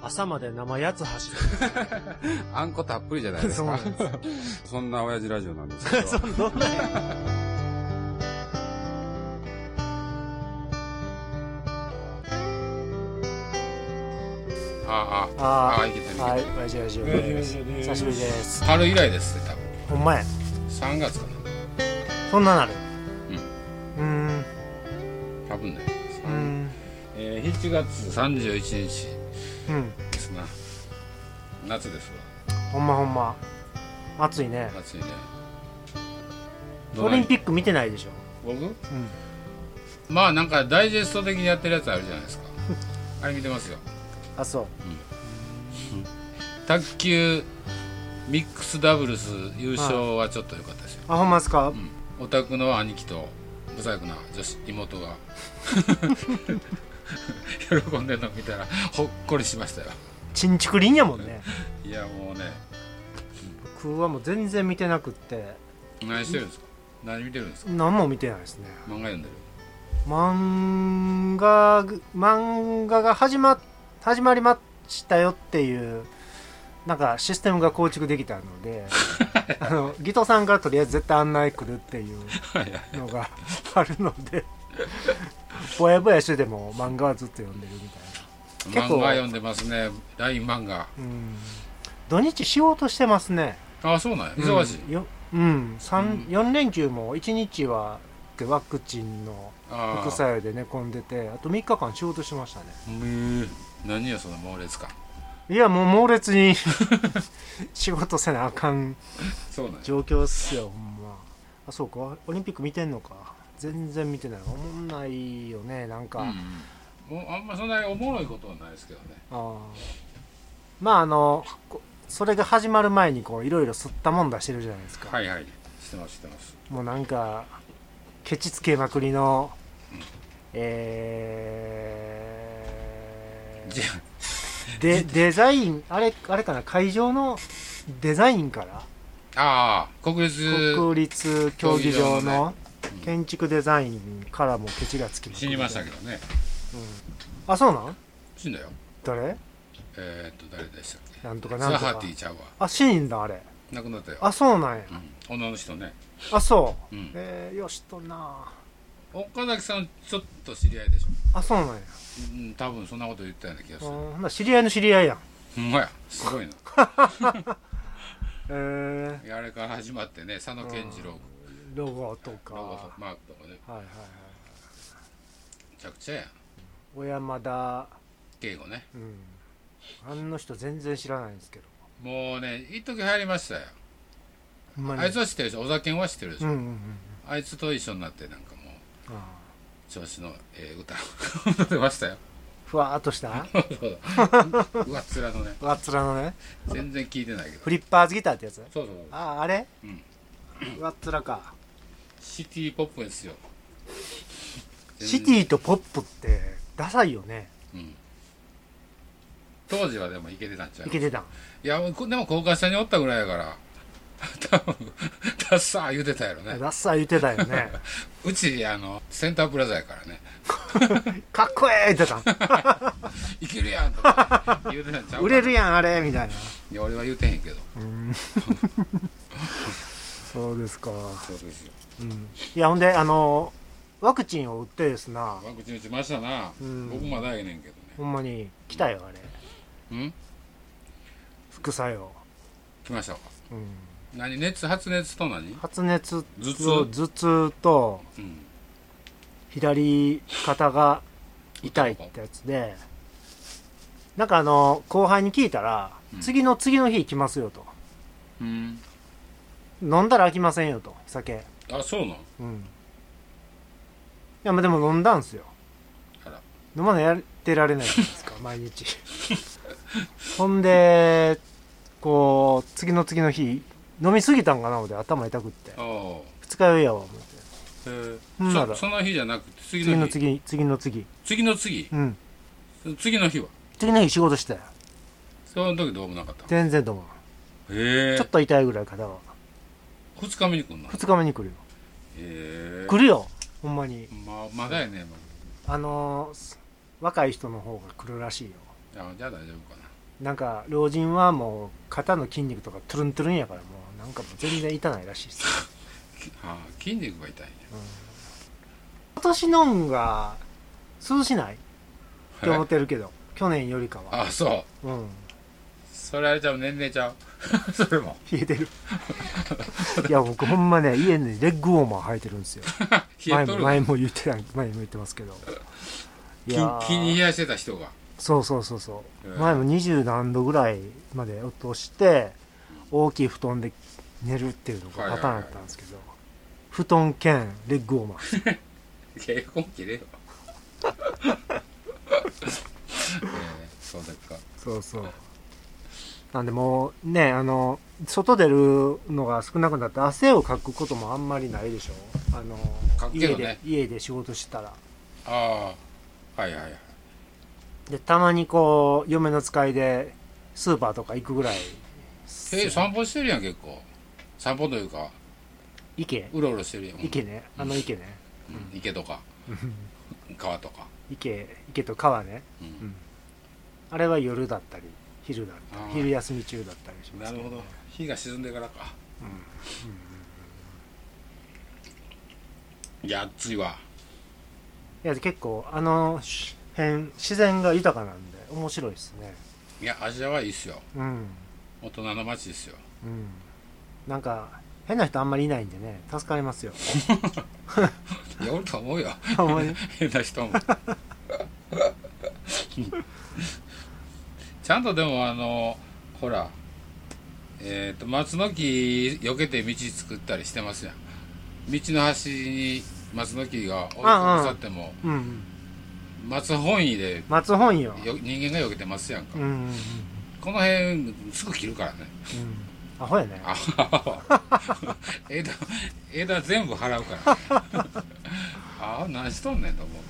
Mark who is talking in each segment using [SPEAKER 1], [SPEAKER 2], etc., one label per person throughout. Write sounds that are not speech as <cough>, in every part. [SPEAKER 1] 朝まで生八つ走る。
[SPEAKER 2] あんこたっぷりじゃないですか。
[SPEAKER 1] そう
[SPEAKER 2] <laughs> そ
[SPEAKER 1] なん
[SPEAKER 2] んな親父ラジオなんですけ
[SPEAKER 1] <laughs>
[SPEAKER 2] ど。
[SPEAKER 1] そうどんなんや
[SPEAKER 2] ああ、ああ、
[SPEAKER 1] はい
[SPEAKER 2] けてるいけてる
[SPEAKER 1] はい、親父ラジオです。久しぶりです。
[SPEAKER 2] 春以来ですね、多分。
[SPEAKER 1] ほんまや。
[SPEAKER 2] 3月か
[SPEAKER 1] そんななる。うーん。
[SPEAKER 2] な。多分ね。
[SPEAKER 1] うーん。
[SPEAKER 2] えー、7月31日
[SPEAKER 1] うん。
[SPEAKER 2] ですな。夏です
[SPEAKER 1] ほんまほんま。暑いね
[SPEAKER 2] わ。。暑いね。
[SPEAKER 1] オリンピック見てないでしょ。
[SPEAKER 2] どない僕
[SPEAKER 1] うん。
[SPEAKER 2] まあなんかダイジェスト的にやってるやつあるじゃない
[SPEAKER 1] <laughs>
[SPEAKER 2] ですか。あれ見てますよ。
[SPEAKER 1] あ、そう。
[SPEAKER 2] 卓球ミックスダブルス優勝はちょっと良かったですよ。
[SPEAKER 1] あ、ほんまっすか
[SPEAKER 2] オタクの兄貴と不細工な女子妹
[SPEAKER 1] <laughs>
[SPEAKER 2] が喜んでるの見たらほっこりしましたよ
[SPEAKER 1] ちんちくりんやもんね。
[SPEAKER 2] いやもうね
[SPEAKER 1] 僕はもう全然見てなくって、
[SPEAKER 2] 何してるんですか何見てるんですか
[SPEAKER 1] 何も見てないですね。
[SPEAKER 2] 漫画読んでる
[SPEAKER 1] 漫画ぐ漫画が始ま始まりましたよっていうなんかシステムが構築できたの
[SPEAKER 2] <laughs>
[SPEAKER 1] であのギトさんからとりあえず絶対案内来るっていう
[SPEAKER 2] はいはい
[SPEAKER 1] のがあるのでぼやぼやしてても漫画はずっと読んでるみたい構
[SPEAKER 2] 漫画読んでますね LINE 漫画
[SPEAKER 1] なうん土日仕事してますね
[SPEAKER 2] あそうなんや忙しい、
[SPEAKER 1] うんよ、うん三
[SPEAKER 2] うん
[SPEAKER 1] 4連休も1日はワクチンの
[SPEAKER 2] あ
[SPEAKER 1] 副
[SPEAKER 2] あ
[SPEAKER 1] 作用で寝込んでてあと3日間仕事してましたね
[SPEAKER 2] うん何よその猛烈感
[SPEAKER 1] いやもう猛烈 <laughs> に仕事せなあかん
[SPEAKER 2] そうなんや
[SPEAKER 1] 状況っすよほんまあそうかオリンピック見てんのか全然見てないおもんないよねなんか、
[SPEAKER 2] う
[SPEAKER 1] あ
[SPEAKER 2] んもうあんまそんなにおもろいことはないですけどね
[SPEAKER 1] あまああのこそれが始まる前にこういろいろ吸ったもん出してるじゃないですか、
[SPEAKER 2] はいはいしてますしてます
[SPEAKER 1] もうなんかケチつけまくりのえ
[SPEAKER 2] じゃ
[SPEAKER 1] ー、でデザインあれあれかな会場のデザインから
[SPEAKER 2] ああ国立
[SPEAKER 1] 国立競技場
[SPEAKER 2] 競技場の
[SPEAKER 1] の建築デザインからもケチがつきまく
[SPEAKER 2] 死にましたけどね
[SPEAKER 1] あそうなん
[SPEAKER 2] 死んだよ
[SPEAKER 1] 誰
[SPEAKER 2] えー、っと誰でしたっけ
[SPEAKER 1] なんとかなん
[SPEAKER 2] ザ
[SPEAKER 1] と
[SPEAKER 2] ハ
[SPEAKER 1] か
[SPEAKER 2] ティちゃうわ
[SPEAKER 1] あ死んだあれ
[SPEAKER 2] 亡くなったよ、
[SPEAKER 1] あそうなんや
[SPEAKER 2] うん、女の人ね、、
[SPEAKER 1] あそううんえー、よしとんな
[SPEAKER 2] 岡崎さんちょっと知り合いでしょ、
[SPEAKER 1] あそうなんや
[SPEAKER 2] うん、多分そんなこと言ったような気が
[SPEAKER 1] あ
[SPEAKER 2] する
[SPEAKER 1] ーほんなら知り合いの知り合いやん
[SPEAKER 2] ほんまやすごいな
[SPEAKER 1] えー、
[SPEAKER 2] いやあれから始まってね佐野健次郎
[SPEAKER 1] ロゴとか
[SPEAKER 2] ロゴとマークとかねめ
[SPEAKER 1] はいはいはい
[SPEAKER 2] ちゃくちゃやん
[SPEAKER 1] 小山田
[SPEAKER 2] 敬語ね
[SPEAKER 1] うんあの人全然知らないんですけど
[SPEAKER 2] もうね一時流行りましたよ、
[SPEAKER 1] ほんまに
[SPEAKER 2] あいつは知ってるでしょ小崎は知ってるでし
[SPEAKER 1] う
[SPEAKER 2] ょ、
[SPEAKER 1] んうんうん
[SPEAKER 2] あいつと一緒になってなんかも
[SPEAKER 1] あ
[SPEAKER 2] う調子のええ歌歌ってましたよ <laughs>
[SPEAKER 1] ーふわーっとした
[SPEAKER 2] うわっ面のね
[SPEAKER 1] わっつらのね
[SPEAKER 2] 全然聞いてないけど
[SPEAKER 1] フリッパーズギターってやつ
[SPEAKER 2] そうそう
[SPEAKER 1] あああれ、
[SPEAKER 2] うん
[SPEAKER 1] わっつらか
[SPEAKER 2] シティポップですよ
[SPEAKER 1] シティとポップってダサいよね
[SPEAKER 2] うん当時はでもいけてたんちゃう
[SPEAKER 1] いけてたん
[SPEAKER 2] いやこでも高架下におったぐらいやから多分ダッサー言うてたやろね
[SPEAKER 1] ダッサい言ってたよね
[SPEAKER 2] うちあのセンタープラザやからね
[SPEAKER 1] かっこええ言ってた
[SPEAKER 2] <laughs>
[SPEAKER 1] ん
[SPEAKER 2] いけるやんとか言うてたんちゃうかな
[SPEAKER 1] 売れるやんあれみたいない
[SPEAKER 2] や俺は言うてへんけど
[SPEAKER 1] うんそうですか、
[SPEAKER 2] そうですよ
[SPEAKER 1] うん、いやほんであのワクチンを打ってですな
[SPEAKER 2] ワクチン打ちましたな、
[SPEAKER 1] うん
[SPEAKER 2] 僕まだええねんけどね
[SPEAKER 1] ほんまに来たよあれ
[SPEAKER 2] うん
[SPEAKER 1] 副作用、
[SPEAKER 2] 来ましたわ
[SPEAKER 1] うん、
[SPEAKER 2] 何熱発熱と何
[SPEAKER 1] 発熱と
[SPEAKER 2] 頭痛
[SPEAKER 1] 頭痛と
[SPEAKER 2] うん
[SPEAKER 1] 左肩が痛いってやつでなんかあの後輩に聞いたら、
[SPEAKER 2] うん
[SPEAKER 1] 次の次の日来ますよと
[SPEAKER 2] うん
[SPEAKER 1] 飲んだら飽きませんよと酒
[SPEAKER 2] あそうなん
[SPEAKER 1] うんいやまあでも飲んだんすよ
[SPEAKER 2] あら
[SPEAKER 1] 飲まないやってられないじゃない
[SPEAKER 2] <laughs>
[SPEAKER 1] ですか毎日ほんでこう次の次の日飲みすぎたんかなので頭痛くって
[SPEAKER 2] ああ
[SPEAKER 1] 二日酔いやわ思って
[SPEAKER 2] へえ
[SPEAKER 1] うんな
[SPEAKER 2] そ
[SPEAKER 1] ら
[SPEAKER 2] その日じゃなくて次
[SPEAKER 1] 次
[SPEAKER 2] の
[SPEAKER 1] の
[SPEAKER 2] 日
[SPEAKER 1] 次次の次
[SPEAKER 2] 次の次
[SPEAKER 1] うん
[SPEAKER 2] 次の日は
[SPEAKER 1] 次の日仕事したよ
[SPEAKER 2] その時どうもなかったへ
[SPEAKER 1] 全然と思う
[SPEAKER 2] え
[SPEAKER 1] ちょっと痛いぐらい肩は
[SPEAKER 2] 二日目に来んのへ
[SPEAKER 1] 二日目に来るよ
[SPEAKER 2] え
[SPEAKER 1] 来るよほんまに
[SPEAKER 2] まあまだやね
[SPEAKER 1] あのーす若い人の方が来るらしいよ
[SPEAKER 2] まあ、あじゃあ大丈夫かな
[SPEAKER 1] なんか老人はもう肩の筋肉とかトゥルントゥルンやからもうなんかもう全然痛ないらしいです、
[SPEAKER 2] ああ筋肉が痛いね
[SPEAKER 1] うん今年のんが涼しないって思
[SPEAKER 2] は
[SPEAKER 1] っ
[SPEAKER 2] い
[SPEAKER 1] てるけど、去年よりかは
[SPEAKER 2] ああそう
[SPEAKER 1] うん
[SPEAKER 2] それあれちゃう年齢ちゃう <laughs> それも
[SPEAKER 1] 冷えてる <laughs> いや僕ほんまね家にレッグウォーマー生えてるんですよ
[SPEAKER 2] 冷
[SPEAKER 1] 前
[SPEAKER 2] えと
[SPEAKER 1] も
[SPEAKER 2] る
[SPEAKER 1] 前も言ってた前も言ってますけどいやー
[SPEAKER 2] 気気に冷やしてた人 <laughs> が
[SPEAKER 1] そうそうそうそう、
[SPEAKER 2] うん
[SPEAKER 1] 前も二十何度ぐらいまで落として大きい布団で寝るっていうのがパターンだったんですけど、布団兼レッグウォーマー
[SPEAKER 2] エアコン切 <laughs> れよええそうですか
[SPEAKER 1] そうそうなんでもうねあの外出るのが少なくなって汗をかくこともあんまりないでしょあの
[SPEAKER 2] かくけ
[SPEAKER 1] 家
[SPEAKER 2] ど
[SPEAKER 1] で
[SPEAKER 2] ね
[SPEAKER 1] 家で仕事してたら
[SPEAKER 2] ああはいはいはい
[SPEAKER 1] でたまにこう嫁の使いでスーパーとか行くぐらい
[SPEAKER 2] え散歩してるやん結構散歩というか
[SPEAKER 1] 池
[SPEAKER 2] うろうろしてるやん
[SPEAKER 1] 池ねあの池ね <laughs>
[SPEAKER 2] うん池とか川とか
[SPEAKER 1] 池池と川ね、
[SPEAKER 2] うん
[SPEAKER 1] うんあれは夜だったり昼だった
[SPEAKER 2] あ
[SPEAKER 1] り
[SPEAKER 2] ー
[SPEAKER 1] 昼休み中だったりしますけね
[SPEAKER 2] 日が沈んでからかいや暑いわ
[SPEAKER 1] いや結構あのし辺自然が豊かなんで面白いですね
[SPEAKER 2] いやアジアはいいっすよ
[SPEAKER 1] うん
[SPEAKER 2] 大人の街ですよ
[SPEAKER 1] うんなんか変な人あんまりいないんでね助かりますよ
[SPEAKER 2] いやおると思うよ
[SPEAKER 1] <laughs> ほんまに
[SPEAKER 2] 変な人もちゃんとでもあのほらえっ、と松の木避けて道作ったりしてますやん道の端に松の木が置いてくださっても
[SPEAKER 1] うんうん
[SPEAKER 2] 松本意で
[SPEAKER 1] 松本よ
[SPEAKER 2] よ人間が避けてますやん
[SPEAKER 1] う
[SPEAKER 2] か、
[SPEAKER 1] んうんうん
[SPEAKER 2] この辺すぐ切るからね
[SPEAKER 1] アホやね
[SPEAKER 2] あは
[SPEAKER 1] <laughs>
[SPEAKER 2] は枝枝全部払うから、ね、ああ何しとんねんと思う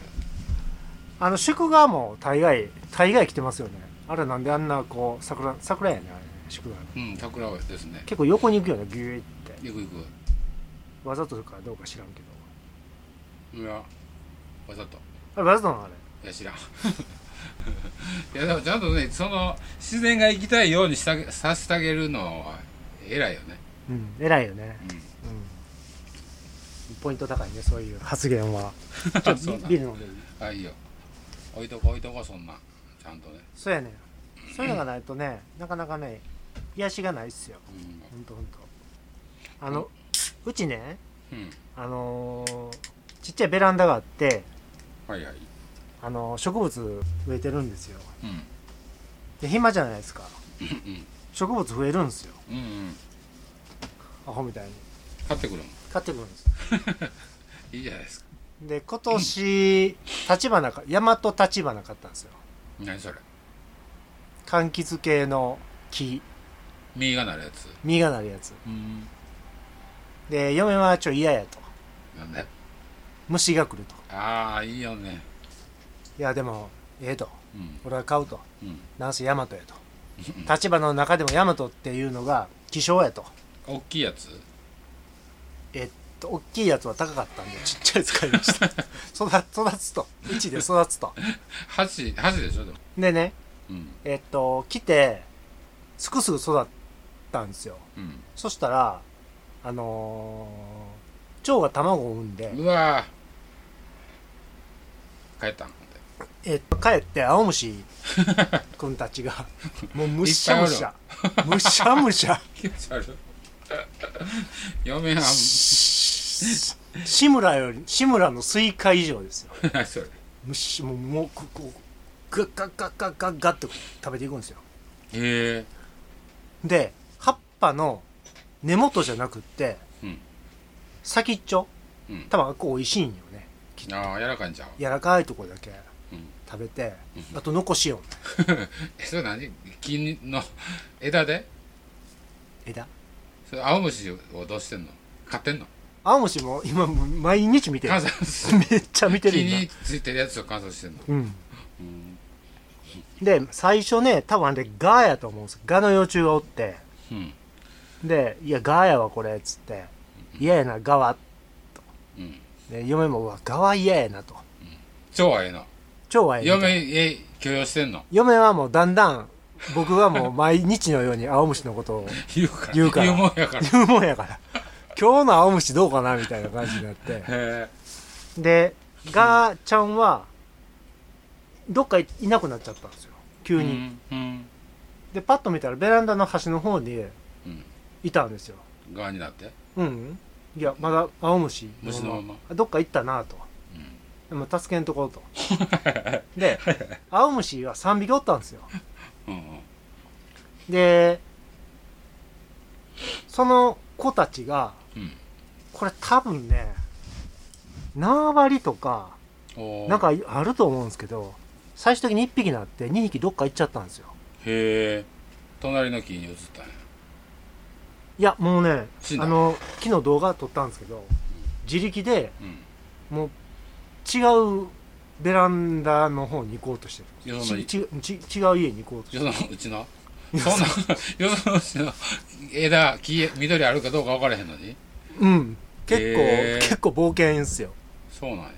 [SPEAKER 1] あの祝賀も大概大概来てますよねあれなんであんなこう桜桜やねあれね祝賀
[SPEAKER 2] けどうん桜はですね
[SPEAKER 1] 結構横に行くよねギューって
[SPEAKER 2] 行く行
[SPEAKER 1] わざとかどうか知らんけど
[SPEAKER 2] くいやわざと
[SPEAKER 1] あれわざとなのあれ
[SPEAKER 2] いや知らん <laughs> いやでもちゃんとねその自然が行きたいようにしたげさせてあげるのは偉いよね
[SPEAKER 1] うん偉いよね、
[SPEAKER 2] うん
[SPEAKER 1] うん、ポイント高いねそういう発言 <laughs> はちょっと
[SPEAKER 2] そうな
[SPEAKER 1] ビール飲んでいい
[SPEAKER 2] あいいよ置いとこ置いとこそんなちゃんとね、
[SPEAKER 1] そうやねそういうのがないとねなかなかね癒しがないっすよ
[SPEAKER 2] う
[SPEAKER 1] ほんとほんとあの、うちね
[SPEAKER 2] んうん、
[SPEAKER 1] あのーちっちゃいベランダがあって
[SPEAKER 2] はいはい
[SPEAKER 1] あのー植物植えてるんですよ
[SPEAKER 2] うん
[SPEAKER 1] で暇じゃないですか
[SPEAKER 2] うん
[SPEAKER 1] 植物増えるんですよ
[SPEAKER 2] うんうん
[SPEAKER 1] アホみたいに
[SPEAKER 2] 買ってくるもん
[SPEAKER 1] 買ってくるんです
[SPEAKER 2] いいじゃないですか
[SPEAKER 1] で今年立花か大和立花買ったんですよ
[SPEAKER 2] 何それ
[SPEAKER 1] 柑橘系の木
[SPEAKER 2] 右がなるやつ
[SPEAKER 1] 実がなるやつ
[SPEAKER 2] うん
[SPEAKER 1] で嫁はちょ嫌やと
[SPEAKER 2] なんだよ
[SPEAKER 1] 虫が来ると
[SPEAKER 2] ああいいよね
[SPEAKER 1] いやでもええと
[SPEAKER 2] うん
[SPEAKER 1] 俺は買うと
[SPEAKER 2] うん
[SPEAKER 1] なんせヤマトやと立花の中でもヤマトっていうのが希少やと
[SPEAKER 2] 大きいやつ
[SPEAKER 1] 大きいやつは高かったんでちっちゃいやつ買いました育育つとうちで育つと
[SPEAKER 2] 箸箸でしょでも
[SPEAKER 1] でね
[SPEAKER 2] うん
[SPEAKER 1] えっと来てすくすぐ育ったんですよ
[SPEAKER 2] うん
[SPEAKER 1] そしたらあのー、蝶が卵を産んで
[SPEAKER 2] うわー帰ったん
[SPEAKER 1] えっと、帰って青虫君たちがもうむしゃむしゃむしゃむしゃ
[SPEAKER 2] 気持ち悪い嫁は
[SPEAKER 1] し志村より志村のスイカ以上ですよ
[SPEAKER 2] <laughs> 何それ
[SPEAKER 1] むしもうもうここガッガッガッガッガッガッと食べていくんですよ
[SPEAKER 2] へえ
[SPEAKER 1] で葉っぱの根元じゃなくって、
[SPEAKER 2] うん
[SPEAKER 1] 先っちょ
[SPEAKER 2] うん
[SPEAKER 1] 多分あっこ美味しいんよね
[SPEAKER 2] ああ柔らかいんちゃう <laughs>
[SPEAKER 1] 柔らかいとこだけ
[SPEAKER 2] うん
[SPEAKER 1] 食べて、あと残しようね
[SPEAKER 2] えそれ何木の枝で
[SPEAKER 1] 枝
[SPEAKER 2] それ青虫をどうしてんの買ってんの
[SPEAKER 1] 青虫も今もう毎日見てる
[SPEAKER 2] 観察す
[SPEAKER 1] めっちゃ見て
[SPEAKER 2] 木
[SPEAKER 1] る今
[SPEAKER 2] についてるやつを観察してんの
[SPEAKER 1] うん
[SPEAKER 2] うん
[SPEAKER 1] で最初ね多分あれガーヤと思うんですガの幼虫がおって
[SPEAKER 2] うん
[SPEAKER 1] で「いやガーヤはこれ」っつって「嫌やなガは
[SPEAKER 2] うん」
[SPEAKER 1] で嫁も「うわガは嫌やな」と
[SPEAKER 2] 超はええな
[SPEAKER 1] 「蝶はええみたい
[SPEAKER 2] 嫁へ許容してんの
[SPEAKER 1] 嫁はもうだんだん僕はもう毎日のように青虫のことを
[SPEAKER 2] 言うから
[SPEAKER 1] 言うから
[SPEAKER 2] もんやからへ
[SPEAKER 1] 言うもんや
[SPEAKER 2] <laughs>
[SPEAKER 1] から今日の青虫どうかなみたいな感じになって
[SPEAKER 2] え
[SPEAKER 1] でガーちゃんはどっかいなくなっちゃったんですよ急に、
[SPEAKER 2] うん
[SPEAKER 1] でパッと見たらベランダの端の方に
[SPEAKER 2] うん
[SPEAKER 1] いたんですよ
[SPEAKER 2] うん側になって
[SPEAKER 1] うんいやまだ青虫
[SPEAKER 2] 虫のまま
[SPEAKER 1] どっか行ったなと
[SPEAKER 2] うん
[SPEAKER 1] でも助けんとこう
[SPEAKER 2] <laughs>
[SPEAKER 1] とで青虫は3匹おったんですよ
[SPEAKER 2] うんうん
[SPEAKER 1] でその子たちが
[SPEAKER 2] うん
[SPEAKER 1] これ多分ね縄張りとか
[SPEAKER 2] おー
[SPEAKER 1] なんかあると思うんですけど最終的に1匹なって2匹どっか行っちゃったんですよ
[SPEAKER 2] へえ隣の木に移ったんや
[SPEAKER 1] いやもうね
[SPEAKER 2] 死んだ
[SPEAKER 1] あの昨日動画撮ったんですけど自力で
[SPEAKER 2] うん
[SPEAKER 1] もう違うベランダの方に行こうとして
[SPEAKER 2] いや
[SPEAKER 1] る
[SPEAKER 2] そんな
[SPEAKER 1] ちちち違う家に行こうとして
[SPEAKER 2] よそ
[SPEAKER 1] る
[SPEAKER 2] のうちのそんな <laughs> よそのうちの枝木緑あるかどうか分からへんのに
[SPEAKER 1] うん結構、
[SPEAKER 2] へー
[SPEAKER 1] 結構冒険ですよ、
[SPEAKER 2] そうなんや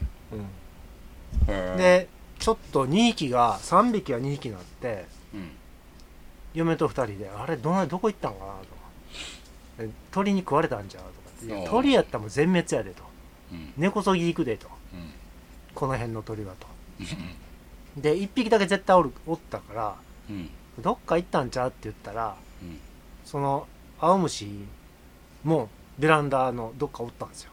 [SPEAKER 1] うん
[SPEAKER 2] へえ
[SPEAKER 1] でちょっと2匹が3匹は2匹になって
[SPEAKER 2] うん
[SPEAKER 1] 嫁と2人であれどなどこ行ったんかなとで鳥に食われたんちゃうとかっていや
[SPEAKER 2] そう
[SPEAKER 1] 鳥やったらもう全滅やでと
[SPEAKER 2] うん
[SPEAKER 1] 根こそぎ行くでと
[SPEAKER 2] うん
[SPEAKER 1] この辺の鳥はと
[SPEAKER 2] うん
[SPEAKER 1] で1匹だけ絶対おるおったから
[SPEAKER 2] うん
[SPEAKER 1] どっか行ったんちゃうって言ったら
[SPEAKER 2] うん
[SPEAKER 1] その青虫もベランダのどっかおったんですよ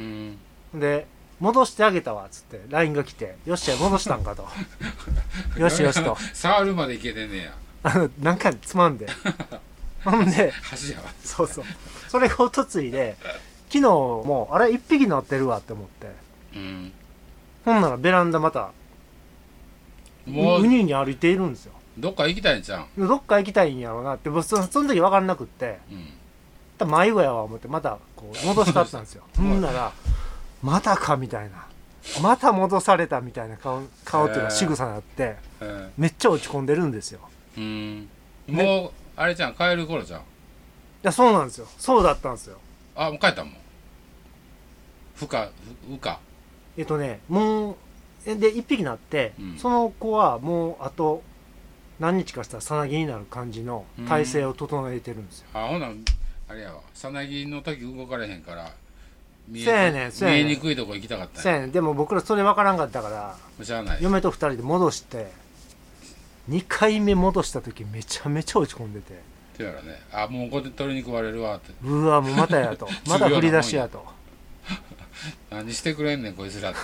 [SPEAKER 2] うん
[SPEAKER 1] で戻してあげたわっつって LINE が来て「よっしゃ戻したんか」と「よしよし」と
[SPEAKER 2] 触るまでいけてんねや
[SPEAKER 1] あのなんかつまんでほんで
[SPEAKER 2] 橋やわ
[SPEAKER 1] そうそうそれがおとついで昨日もあれ1匹乗ってるわって思って
[SPEAKER 2] うん
[SPEAKER 1] ほんならベランダまた
[SPEAKER 2] も
[SPEAKER 1] う
[SPEAKER 2] う
[SPEAKER 1] にうに歩いているんですよ
[SPEAKER 2] どっか行きたいんちゃ
[SPEAKER 1] どっか行きたいんやろうなって僕そのその時分かんなくって
[SPEAKER 2] ううん
[SPEAKER 1] また迷子やわ思ってまたこう戻したったんです
[SPEAKER 2] <laughs>
[SPEAKER 1] よほ
[SPEAKER 2] い
[SPEAKER 1] んならまたかみたいなまた戻されたみたいな顔顔というか
[SPEAKER 2] へー
[SPEAKER 1] 仕草になって
[SPEAKER 2] え
[SPEAKER 1] めっちゃ落ち込んでるんですよ
[SPEAKER 2] えうんもうあれじゃん帰る頃じゃん
[SPEAKER 1] いやそうなんですよそうだったんですよ
[SPEAKER 2] あもう帰ったもんふかふうか
[SPEAKER 1] えっとねもうえで1匹なって、
[SPEAKER 2] うん
[SPEAKER 1] その子はもうあと何日かしたらさなぎになる感じの体勢を整えてるんですよ、
[SPEAKER 2] あほなあれやわさなぎの時動かれへんから見
[SPEAKER 1] そうやねん
[SPEAKER 2] え
[SPEAKER 1] そう
[SPEAKER 2] 見
[SPEAKER 1] やね
[SPEAKER 2] え
[SPEAKER 1] ん
[SPEAKER 2] にくいとこ行きたかったん
[SPEAKER 1] せ
[SPEAKER 2] や
[SPEAKER 1] やねんでも僕らそれ分からんかったから
[SPEAKER 2] もうしゃあない
[SPEAKER 1] 嫁と2人で戻して2回目戻した時めちゃめちゃ落ち込んでて
[SPEAKER 2] てやらねあもうここで鳥に食われるわって
[SPEAKER 1] うわもうまたやと
[SPEAKER 2] <laughs>
[SPEAKER 1] まだ振り出しやと
[SPEAKER 2] 何してくれんねんこいつらって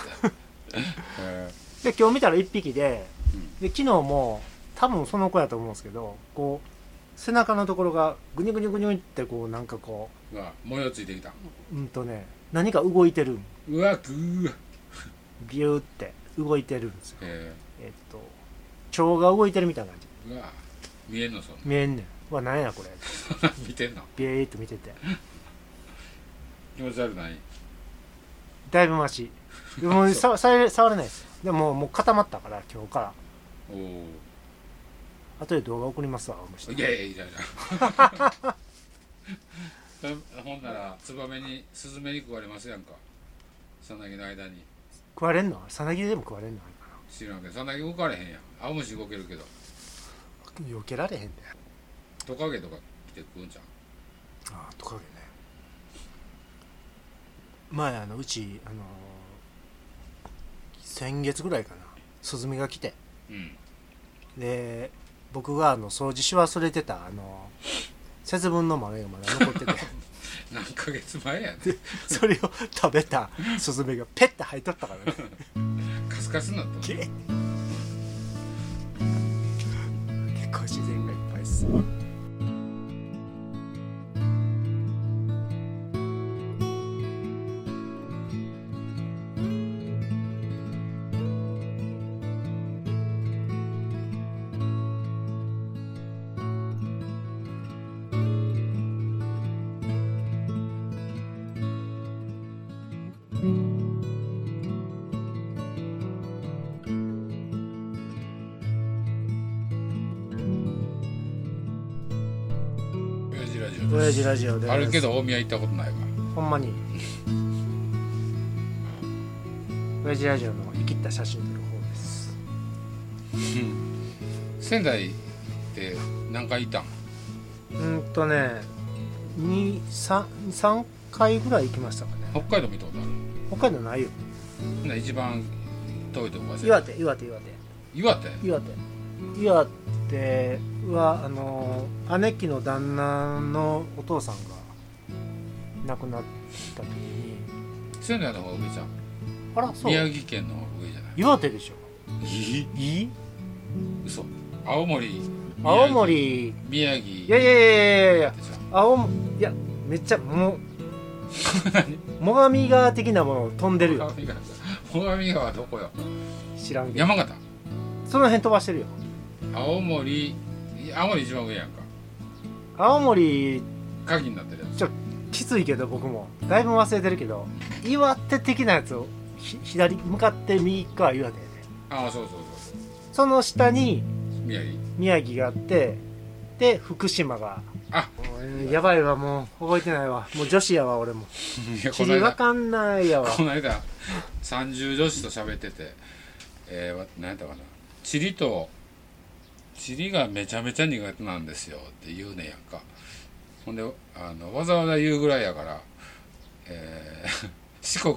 [SPEAKER 1] <laughs>
[SPEAKER 2] え
[SPEAKER 1] で今日見たら1匹で
[SPEAKER 2] うん
[SPEAKER 1] で昨日も多分その子やと思うんですけどこう背中のところがグニュグニュグニュってこうなんかこ
[SPEAKER 2] ーうわ模様ついてきた
[SPEAKER 1] ううんとね何か動いてる
[SPEAKER 2] うわぐー
[SPEAKER 1] ビューって動いてるんですよ
[SPEAKER 2] え
[SPEAKER 1] えっと腸が動いてるみたいな感じ
[SPEAKER 2] ーうわ見えんのそんな
[SPEAKER 1] 見えんねんうわ何やこれ
[SPEAKER 2] <laughs> 見てんの
[SPEAKER 1] ビューって見てて
[SPEAKER 2] 気持ち悪ない
[SPEAKER 1] だいぶマシでもさ触れ触れないですよでももう固まったから今日から
[SPEAKER 2] おお
[SPEAKER 1] 後で動画送りますわもし
[SPEAKER 2] いやいやいやい
[SPEAKER 1] <laughs>
[SPEAKER 2] やほんならツバメにスズメに食われますやんかさなぎの間に
[SPEAKER 1] 食われんのさなぎでも食われんのあれかな
[SPEAKER 2] 知らんけどさなぎ動かれへんやん青虫動けるけど
[SPEAKER 1] 避けられへんね
[SPEAKER 2] トカゲとか来て食うんじゃん
[SPEAKER 1] ああトカゲね前あのうちあのー先月ぐらいかなスズメが来て
[SPEAKER 2] うん
[SPEAKER 1] で僕があの掃除し忘れてたあのー節分の豆がまだ残 <laughs> ってて
[SPEAKER 2] 何ヶ月前やね
[SPEAKER 1] それを食べたスズメがペッて入っとったからね
[SPEAKER 2] カスカスになったもん
[SPEAKER 1] ゲッ結構自然がいっぱいっす
[SPEAKER 2] 親父ラジ
[SPEAKER 1] 親父
[SPEAKER 2] オ
[SPEAKER 1] ラジオ
[SPEAKER 2] で
[SPEAKER 1] ですす
[SPEAKER 2] あるけど大宮行ったことないわ
[SPEAKER 1] ほんまに親父ラジオの生きった写真という方です
[SPEAKER 2] 仙台って何回いたん
[SPEAKER 1] うんとね2 3, 3回ぐらい行きましたかね
[SPEAKER 2] 北海道見たことある
[SPEAKER 1] 北海道ないよ
[SPEAKER 2] ほんなら一番遠いとこ忘れた
[SPEAKER 1] 岩手岩手岩手
[SPEAKER 2] 岩手
[SPEAKER 1] 岩手岩手はあの姉貴の旦那のお父さんが亡くなった時に
[SPEAKER 2] 仙台の方が上じゃん
[SPEAKER 1] あらそう
[SPEAKER 2] 宮城県の方が上じゃない
[SPEAKER 1] 岩手でしょ
[SPEAKER 2] え
[SPEAKER 1] いい
[SPEAKER 2] 嘘青森
[SPEAKER 1] 青森い
[SPEAKER 2] 宮城
[SPEAKER 1] や
[SPEAKER 2] 宮城
[SPEAKER 1] いやいやいやいや
[SPEAKER 2] でしょ
[SPEAKER 1] 青森いやめっちゃ
[SPEAKER 2] <laughs>
[SPEAKER 1] もう最上川的なもの飛んでる
[SPEAKER 2] 最
[SPEAKER 1] よ
[SPEAKER 2] 上川最上川どこよ
[SPEAKER 1] 知らんけど
[SPEAKER 2] 山形
[SPEAKER 1] その辺飛ばしてるよ
[SPEAKER 2] 青森青森一番上やんか
[SPEAKER 1] 青森
[SPEAKER 2] 鍵になってるやつ
[SPEAKER 1] きついけど僕もだいぶ忘れてるけど岩手的なやつをひ左向かって右側岩手やね
[SPEAKER 2] ああそうそうそ
[SPEAKER 1] その下に
[SPEAKER 2] う宮城
[SPEAKER 1] 宮城があってで福島が
[SPEAKER 2] あ
[SPEAKER 1] もうえーやばいわもう覚えてないわもう女子やわ俺も <laughs>
[SPEAKER 2] いやこ
[SPEAKER 1] 君
[SPEAKER 2] の
[SPEAKER 1] わ
[SPEAKER 2] 間
[SPEAKER 1] かんないやわ
[SPEAKER 2] この間三十女子と喋っててえーわ、何やったかな地理と地理がめちゃめちゃ苦手なんですよって言うねんやんかほんであのわざわざ言うぐらいやから、えー <laughs> 四国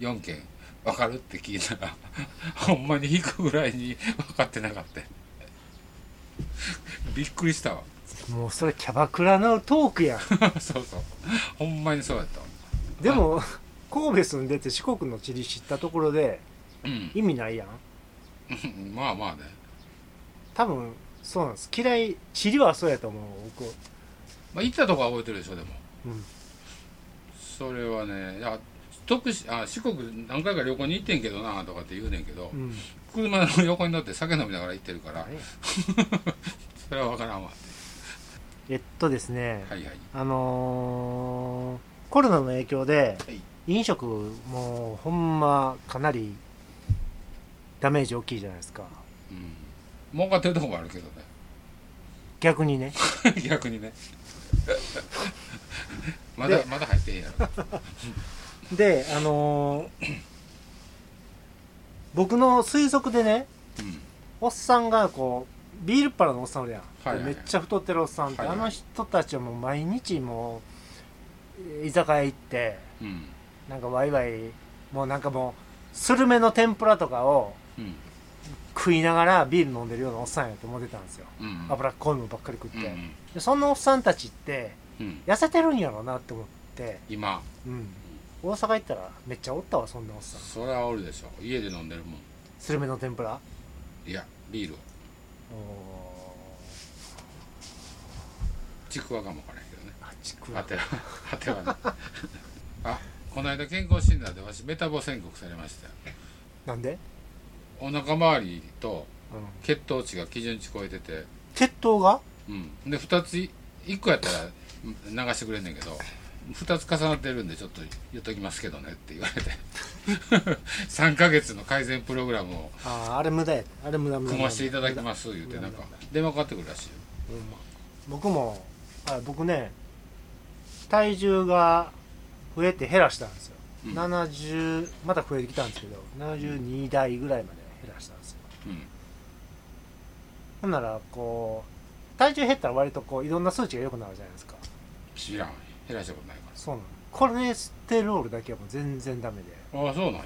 [SPEAKER 2] 4県分かるって聞いたら <laughs> ほんまに引くぐらいに分かってなかったびっくりしたわ
[SPEAKER 1] もうそれキャバクラのトーク
[SPEAKER 2] <laughs>
[SPEAKER 1] やん
[SPEAKER 2] そうそうほんまにそうやった
[SPEAKER 1] でも神戸住んでて四国の地理知ったところで
[SPEAKER 2] うん <laughs>
[SPEAKER 1] 意味ないやん
[SPEAKER 2] うんまあまあね
[SPEAKER 1] 多分そうなんです嫌い地理はそうやと思う僕
[SPEAKER 2] まあ行ったとこは覚えてるでしょでも
[SPEAKER 1] うん
[SPEAKER 2] それはねいや特しあ四国何回か旅行に行ってんけどなとかって言うねんけど、
[SPEAKER 1] うん
[SPEAKER 2] 車の横に乗って酒飲みながら行ってるから
[SPEAKER 1] あれ
[SPEAKER 2] それは分からんわ
[SPEAKER 1] えっとですね、
[SPEAKER 2] はいはい
[SPEAKER 1] あのーコロナの影響で
[SPEAKER 2] はい
[SPEAKER 1] 飲食もうほんまかなりダメージ大きいじゃないですか
[SPEAKER 2] うん儲かってるとこもあるけど
[SPEAKER 1] 逆にね
[SPEAKER 2] ね <laughs> 逆にね <laughs> まだ
[SPEAKER 1] で
[SPEAKER 2] まだ入ってへんや
[SPEAKER 1] <laughs>
[SPEAKER 2] ろ
[SPEAKER 1] であのー <clears throat> 僕の推測でね
[SPEAKER 2] うん
[SPEAKER 1] おっさんがこうビールっ腹のおっさんおるやん、
[SPEAKER 2] はいはいはい
[SPEAKER 1] めっちゃ太ってるおっさんって、
[SPEAKER 2] はいはい
[SPEAKER 1] あの人たちはもう毎日もう居酒屋行って
[SPEAKER 2] うん
[SPEAKER 1] なんかワイワイもうなんかもうスルメの天ぷらとかを
[SPEAKER 2] うん
[SPEAKER 1] 食いながらビール飲んでるようなおっさんやと思ってたんですよ
[SPEAKER 2] うん
[SPEAKER 1] 脂っこいのばっかり食って、
[SPEAKER 2] うん
[SPEAKER 1] でそんなおっさんたちって
[SPEAKER 2] うんうん
[SPEAKER 1] 痩せてるんやろなって思って、
[SPEAKER 2] 今
[SPEAKER 1] うん、大阪行ったらめっちゃおったわそんなおっさん
[SPEAKER 2] それはおるでしょ家で飲んでるもん
[SPEAKER 1] スルメの天ぷら
[SPEAKER 2] いやビールを
[SPEAKER 1] お
[SPEAKER 2] ちくわかもわからへんけどね
[SPEAKER 1] ーあちく
[SPEAKER 2] あ
[SPEAKER 1] わ
[SPEAKER 2] てはあてはね <laughs> あこの間健康診断で私メタボ宣告されましたよ
[SPEAKER 1] なんで、
[SPEAKER 2] お腹周りと
[SPEAKER 1] うん、
[SPEAKER 2] 血糖値が基準値超えてて、
[SPEAKER 1] 血糖が
[SPEAKER 2] うん、で2つ1個やったら流してくれんねんけど2つ重なってるんでちょっと言っときますけどねって言われて3 <laughs> ヶ月の改善プログラムを
[SPEAKER 1] あああれ無駄やあれ無駄無駄
[SPEAKER 2] 組ませていただき
[SPEAKER 1] 無駄
[SPEAKER 2] ます言うてなんか電話かかってくるらしいよ
[SPEAKER 1] うん僕もあ僕ね体重が増えて減らしたんですよ、
[SPEAKER 2] うん
[SPEAKER 1] 70また増えてきたんですけど72台ぐらいまで減らしたんですよ
[SPEAKER 2] うん
[SPEAKER 1] ほんならこう体重減ったら割とこういろんな数値が良くなるじゃないですか
[SPEAKER 2] 知らん減らしたことないか
[SPEAKER 1] そうなのコレステロールだけはもう全然ダメで、
[SPEAKER 2] らああそうなんや、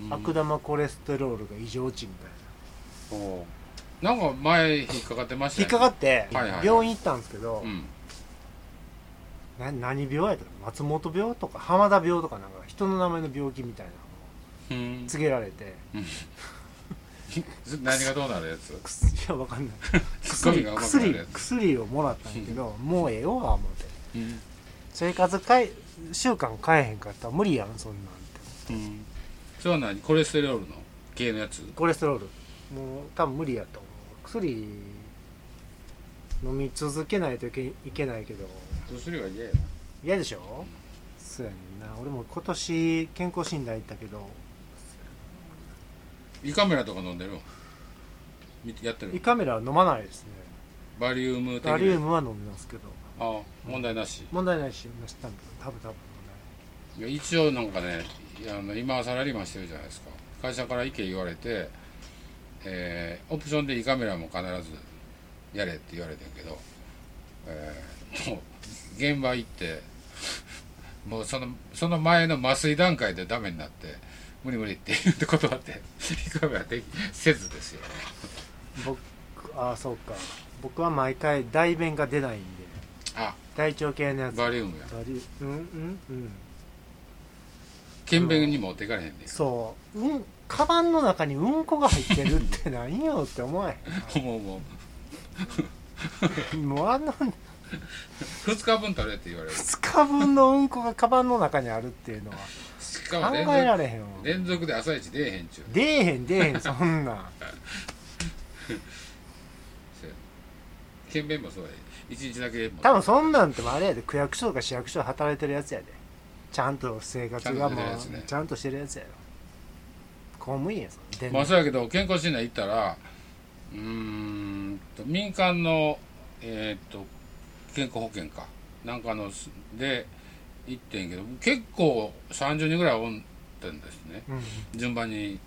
[SPEAKER 1] うん
[SPEAKER 2] うん、
[SPEAKER 1] 悪玉コレステロールが異常値みたいな
[SPEAKER 2] おうなんか前引っかかってました
[SPEAKER 1] 引っかかって
[SPEAKER 2] はいはいはい
[SPEAKER 1] 病院行ったんですけど、
[SPEAKER 2] うん
[SPEAKER 1] な何病やったの松本病とか浜田病とかなんか人の名前の病気みたいなの
[SPEAKER 2] うん
[SPEAKER 1] を告げられて
[SPEAKER 2] 何がどうなるやつ
[SPEAKER 1] 薬いやわか
[SPEAKER 2] <laughs>
[SPEAKER 1] んない
[SPEAKER 2] ツッコミ
[SPEAKER 1] 薬
[SPEAKER 2] がうまくな
[SPEAKER 1] 薬
[SPEAKER 2] るやつ、
[SPEAKER 1] 薬をもらったんやけどもうええわ思って
[SPEAKER 2] うん
[SPEAKER 1] 生活変え習慣変えへんかったら無理やんそんなんって
[SPEAKER 2] うん、それは何コレステロールの系のやつ
[SPEAKER 1] コレステロールもう多分無理やと思う薬飲み続けないといけいけないけど
[SPEAKER 2] 薬が嫌や
[SPEAKER 1] 嫌でしょそうやねんな俺も今年健康診断行ったけど
[SPEAKER 2] 胃カメラとか飲んでるみやって
[SPEAKER 1] 胃
[SPEAKER 2] る
[SPEAKER 1] カメラは飲まないですね
[SPEAKER 2] バリウム的な
[SPEAKER 1] ガリウムは飲みますけど
[SPEAKER 2] あ問題なし
[SPEAKER 1] 問題ないしましたんだけど多分多分
[SPEAKER 2] いや一応なんかねいやあの今はサラリーマンしてるじゃないですか会社から意見言われて、えーオプションで胃カメラも必ずやれって言われてんけど、えー、と現場行って <laughs> もうそのその前の麻酔段階でダメになって無理無理って言って断ってリカバーできせずですよ
[SPEAKER 1] 僕ああそうか僕は毎回大便が出ないんで
[SPEAKER 2] あ
[SPEAKER 1] 大腸系のやつ
[SPEAKER 2] バリウムや
[SPEAKER 1] バリうんうんうん
[SPEAKER 2] 検便に持っていかれへんね
[SPEAKER 1] そううんカバンの中にうんこが入ってるって何よって思え
[SPEAKER 2] んもうもう
[SPEAKER 1] へんもうあの
[SPEAKER 2] 2日分取れって言われる
[SPEAKER 1] 2日分のうんこがカバンの中にあるっていうのは
[SPEAKER 2] しかも連
[SPEAKER 1] 考えら
[SPEAKER 2] 続
[SPEAKER 1] れへんわ
[SPEAKER 2] 連続で朝一出えへんちゅう
[SPEAKER 1] 出えへん出えへんそんなん
[SPEAKER 2] 検便もそうや1日だけも
[SPEAKER 1] 多分そんなんってもあれやで区役所とか市役所で働いてるやつやでちゃんと生活がもう
[SPEAKER 2] ちゃんとしてるやつね
[SPEAKER 1] ちゃんとしてるやつやろ公務員やぞでん
[SPEAKER 2] まあそうやけど健康診断行ったらうーんと民間のえーっと健康保険かなんかのすで行ってんけど結構30人ぐらいおってんですね
[SPEAKER 1] うん
[SPEAKER 2] 順番に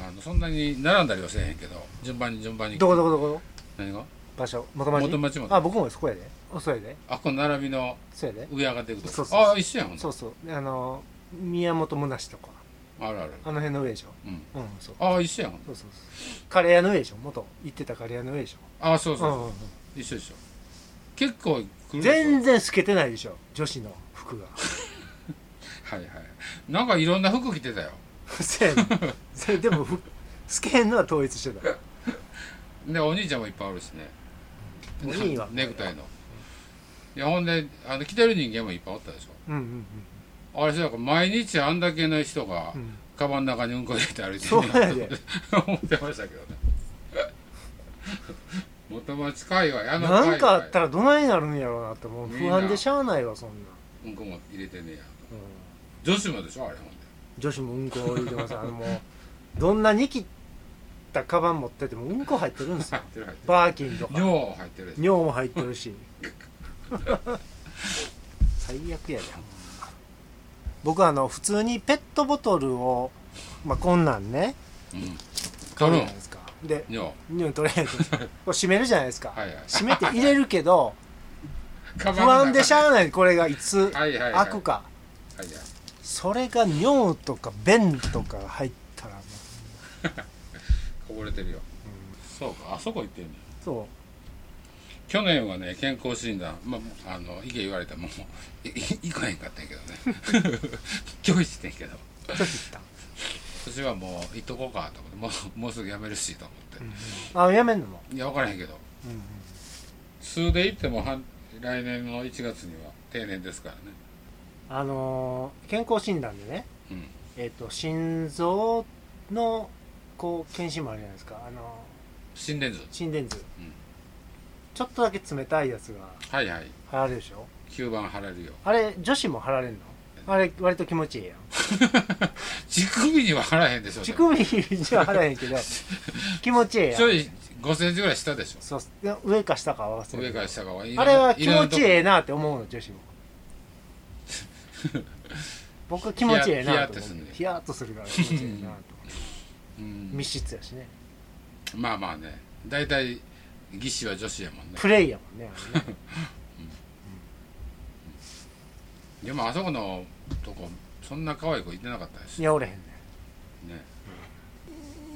[SPEAKER 2] あのそんなに並んだりはせえへんけど順番に順番に
[SPEAKER 1] どこどこどこ
[SPEAKER 2] 何が
[SPEAKER 1] 場所元町
[SPEAKER 2] 元町まで
[SPEAKER 1] あ僕もそこやでおそうやで
[SPEAKER 2] あこの並びの
[SPEAKER 1] そうやで
[SPEAKER 2] 上上がっていくと
[SPEAKER 1] そうそうそう
[SPEAKER 2] あ一緒やもんな
[SPEAKER 1] そうそうあの宮本むなしとか
[SPEAKER 2] あるある
[SPEAKER 1] あの辺の上でしょ
[SPEAKER 2] うん
[SPEAKER 1] うんそう
[SPEAKER 2] あ一緒やもん
[SPEAKER 1] そうそうそうカレー屋の上でしょ元行ってたカレー屋の上でしょ
[SPEAKER 2] あそうそうう、
[SPEAKER 1] んうん
[SPEAKER 2] 一緒一緒結構来
[SPEAKER 1] う
[SPEAKER 2] る
[SPEAKER 1] ん
[SPEAKER 2] でしょ
[SPEAKER 1] 全然透けてないでしょ女子の服が
[SPEAKER 2] はいはいなんかいろんな服着てたよ
[SPEAKER 1] そうやねそれでもふ透けへんのは統一してた
[SPEAKER 2] でお兄ちゃんもいっぱいおるしね
[SPEAKER 1] お兄は
[SPEAKER 2] <laughs> ネクタイのいやほんであの着てる人間もいっぱいおったでし
[SPEAKER 1] うんうんうん
[SPEAKER 2] ょあれそうやから毎日あんだけの人が、
[SPEAKER 1] うん
[SPEAKER 2] カバンの中にうんこ入れて歩いて
[SPEAKER 1] そうや
[SPEAKER 2] る
[SPEAKER 1] で
[SPEAKER 2] なと <laughs> 思ってましたけどね <laughs> 元町界隈あの界隈
[SPEAKER 1] なんかあったらどないなるんやろうなってもう不安でしゃあないわそんなん、
[SPEAKER 2] うんこも入れてねえや
[SPEAKER 1] うん
[SPEAKER 2] 女子もでしょあれほんで
[SPEAKER 1] 女子もうんこ入れてますあのもうどんなに切ったカバン持っててもうんこ入ってるんです
[SPEAKER 2] 入
[SPEAKER 1] よ
[SPEAKER 2] ってる入ってる
[SPEAKER 1] バーキンとか尿
[SPEAKER 2] 尿入ってるでしょ
[SPEAKER 1] も入ってるし <laughs> 最悪やでほんま僕あの普通にペットボトルをまあこんなんね
[SPEAKER 2] うん
[SPEAKER 1] 買う
[SPEAKER 2] 取る
[SPEAKER 1] じゃ
[SPEAKER 2] ん
[SPEAKER 1] ないですかで
[SPEAKER 2] 尿
[SPEAKER 1] 尿取れへんこう閉めるじゃないですか、
[SPEAKER 2] はいはい
[SPEAKER 1] 閉めて入れるけど
[SPEAKER 2] カ
[SPEAKER 1] <laughs> 不安でし
[SPEAKER 2] ゃ
[SPEAKER 1] ゃあないこれがいつ
[SPEAKER 2] はいはいはい
[SPEAKER 1] 開くか
[SPEAKER 2] はいはい
[SPEAKER 1] それが尿とか便とか入ったらもう
[SPEAKER 2] こぼれてるよ、そうかあそこ行ってんねん
[SPEAKER 1] そ
[SPEAKER 2] 去年はね健康診断まああの意見言われてもいい <laughs> 行かへんかったんやけどね <laughs> 拒否してんけど
[SPEAKER 1] う拒否した、
[SPEAKER 2] 私はもう行っとこうかと思ってもうもうすぐ辞めるしと思って、
[SPEAKER 1] あやめんのも、
[SPEAKER 2] いや分からへんけど
[SPEAKER 1] うんうん
[SPEAKER 2] 数で行っても半来年の1月には定年ですからね
[SPEAKER 1] あのー健康診断でね、
[SPEAKER 2] うん
[SPEAKER 1] えっと心臓のこう検診もあるじゃないですか、あのー
[SPEAKER 2] 心電図
[SPEAKER 1] 心電図、
[SPEAKER 2] ん
[SPEAKER 1] ちょっとだけ冷たいやつが
[SPEAKER 2] はいはい
[SPEAKER 1] 貼られるでしょ
[SPEAKER 2] 吸盤貼られるよ
[SPEAKER 1] あれ女子も貼られるのあれ割と気持ちいいやん
[SPEAKER 2] 乳首には貼らへんでしょ
[SPEAKER 1] 乳首じゃ貼らへん
[SPEAKER 2] <laughs>
[SPEAKER 1] けど気持ちいいや
[SPEAKER 2] ちょ
[SPEAKER 1] ん
[SPEAKER 2] い5センチぐらい下でしょ
[SPEAKER 1] そういや上か下か合わせ
[SPEAKER 2] 上から下が
[SPEAKER 1] あれは気持ちえ
[SPEAKER 2] え
[SPEAKER 1] えなって思うの女子も僕気持ちええなと思う
[SPEAKER 2] ヒ
[SPEAKER 1] ヒヤッとするから気持ちええなと
[SPEAKER 2] うん
[SPEAKER 1] 密室やしね
[SPEAKER 2] まあまあね大体技師は女子やもんね
[SPEAKER 1] プレイやもんねあ
[SPEAKER 2] <laughs>
[SPEAKER 1] れね
[SPEAKER 2] でもあそこのとこそんな可愛い子いてなかったです
[SPEAKER 1] い
[SPEAKER 2] ね
[SPEAKER 1] やおれへんね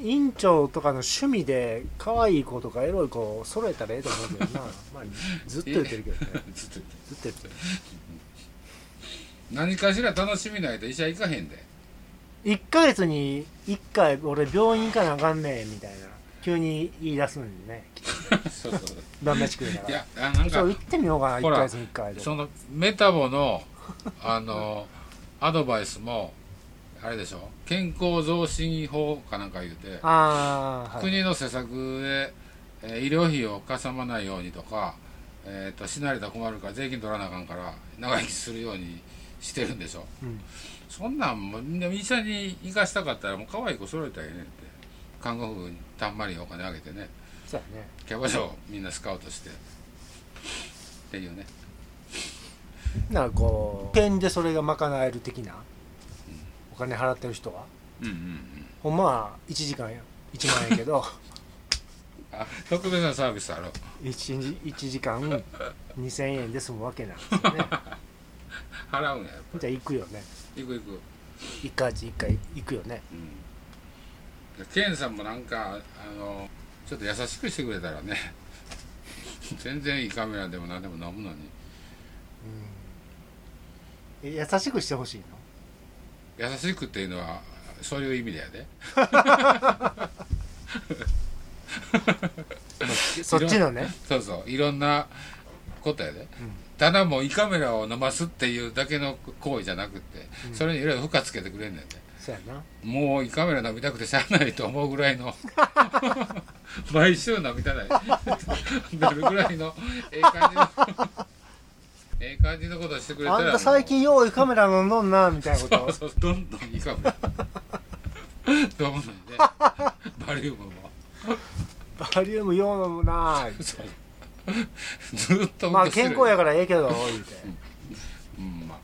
[SPEAKER 1] 院長とかの趣味で可愛い子とかエロい子揃えたらええと思うけ
[SPEAKER 2] <laughs>
[SPEAKER 1] どなまあずっと言ってるけどね
[SPEAKER 2] ちょっと
[SPEAKER 1] ずっと言ってる
[SPEAKER 2] 何かしら楽しみないと医者行か
[SPEAKER 1] <laughs>
[SPEAKER 2] へんで
[SPEAKER 1] 1ヶ月に1回俺病院行かなあかんねんみたいな急に言い出すのにね
[SPEAKER 2] そうそうそう
[SPEAKER 1] 旦那してくれた
[SPEAKER 2] い
[SPEAKER 1] ら
[SPEAKER 2] やあなん
[SPEAKER 1] ちょ行っ
[SPEAKER 2] か
[SPEAKER 1] てみようかな
[SPEAKER 2] ほ
[SPEAKER 1] 1
[SPEAKER 2] ら
[SPEAKER 1] ヶ月に1回で
[SPEAKER 2] そのメタボのあの <laughs> アドバイスもあれでしょ健康増進法かなんか言うて
[SPEAKER 1] ああ、はい、
[SPEAKER 2] 国の施策で、えー医療費をかさまないようにとか、えー、と死なれたら困るから税金取らなあかんから長生きするようにしてるんでしょ
[SPEAKER 1] うん
[SPEAKER 2] そんなんもみんな医者に行かしたかったらもう可愛い子揃えたらええねんって看護婦にたんまりお金あげてね
[SPEAKER 1] そうやね
[SPEAKER 2] キャバ嬢みんなスカウトしてっていうね
[SPEAKER 1] なんかこう点でそれが賄える的なお金払ってる人は
[SPEAKER 2] うんうん
[SPEAKER 1] ほんまは1時間や1万円やけど
[SPEAKER 2] あ特別なサービスある
[SPEAKER 1] 1日1時間2000円で済むわけなんですよね
[SPEAKER 2] 払うんややっぱ
[SPEAKER 1] じゃあ行くよね
[SPEAKER 2] り行く行く
[SPEAKER 1] 一回一回行くよね
[SPEAKER 2] うんケンさんもなんかあのちょっと優しくしてくれたらね全然いいカメラでも何でも飲むのに
[SPEAKER 1] え優しくしてほしいの
[SPEAKER 2] 優しくっていうのはそういう意味だよね
[SPEAKER 1] そっちのね
[SPEAKER 2] そうそういろんなことやで、ただもう胃カメラを飲ますっていうだけの行為じゃなくって、
[SPEAKER 1] うん
[SPEAKER 2] それにいろいろ負荷つけてくれんねんね
[SPEAKER 1] そうやな
[SPEAKER 2] もう胃カメラ飲みたくてしゃあないと思うぐらいの <laughs> 毎週飲みたない <laughs> なるぐらいのええ感じのええ感じのことしてくれたら
[SPEAKER 1] あん
[SPEAKER 2] もう
[SPEAKER 1] た最近ようカメラ飲んどんなみたいなこ
[SPEAKER 2] そ
[SPEAKER 1] と
[SPEAKER 2] <laughs> うそうどんどん胃カメ
[SPEAKER 1] <laughs>
[SPEAKER 2] ラどんどんねバリウムも
[SPEAKER 1] バリウムよう飲むなぁ
[SPEAKER 2] そうずっと
[SPEAKER 1] まあ
[SPEAKER 2] 昔よ
[SPEAKER 1] 健
[SPEAKER 2] り
[SPEAKER 1] 康やからええけど言うて、
[SPEAKER 2] うんまあ、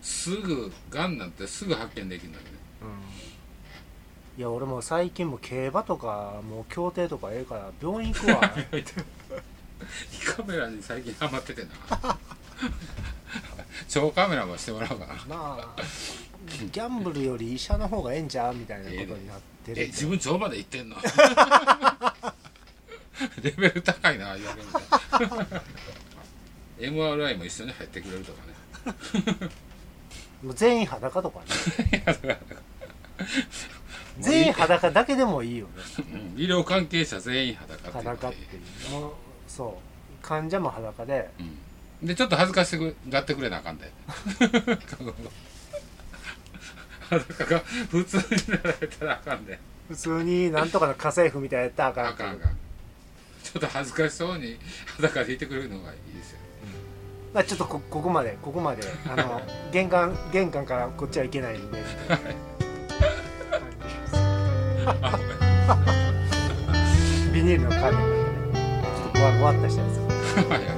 [SPEAKER 2] すぐがんなんてすぐ発見できるんだけどね <laughs>
[SPEAKER 1] いや俺も最近も競馬とかもう競艇とかええから病院行く
[SPEAKER 2] <laughs>
[SPEAKER 1] わ
[SPEAKER 2] 胃カメラに最近ハマっててな <laughs> 超カメラもしてもらおうかな
[SPEAKER 1] まあギャンブルより医者の方がええんちゃうみたいなことになってるんで
[SPEAKER 2] え自分超まで行ってんの <laughs> レベル高いな言われる <laughs> MRI も一緒に入ってくれる
[SPEAKER 1] <laughs>
[SPEAKER 2] とかね
[SPEAKER 1] もう全員裸とかね全員裸だけでもい <laughs> いよね
[SPEAKER 2] うん医療関係者全員裸っていうの
[SPEAKER 1] 裸
[SPEAKER 2] が
[SPEAKER 1] っ
[SPEAKER 2] いい
[SPEAKER 1] ていうもうそう患者も裸で
[SPEAKER 2] うんでちょっと恥ずかしがってくれなあか
[SPEAKER 1] <laughs>
[SPEAKER 2] んで裸が普通になられたらあかんで
[SPEAKER 1] 普通になんとかの家政婦みたいなやったらあかん
[SPEAKER 2] あ
[SPEAKER 1] ってい
[SPEAKER 2] か
[SPEAKER 1] うん
[SPEAKER 2] あかんちょっと恥ずかしそうに裸でいてくれるのがいいですよ
[SPEAKER 1] まあ、ちょっとこここまでここまであ <laughs> の玄関玄関からこっちはいけないんでみた <laughs> いな感じですビニールのカーテンがねちょっとごわごわっとしたやつ
[SPEAKER 2] はいはい <laughs>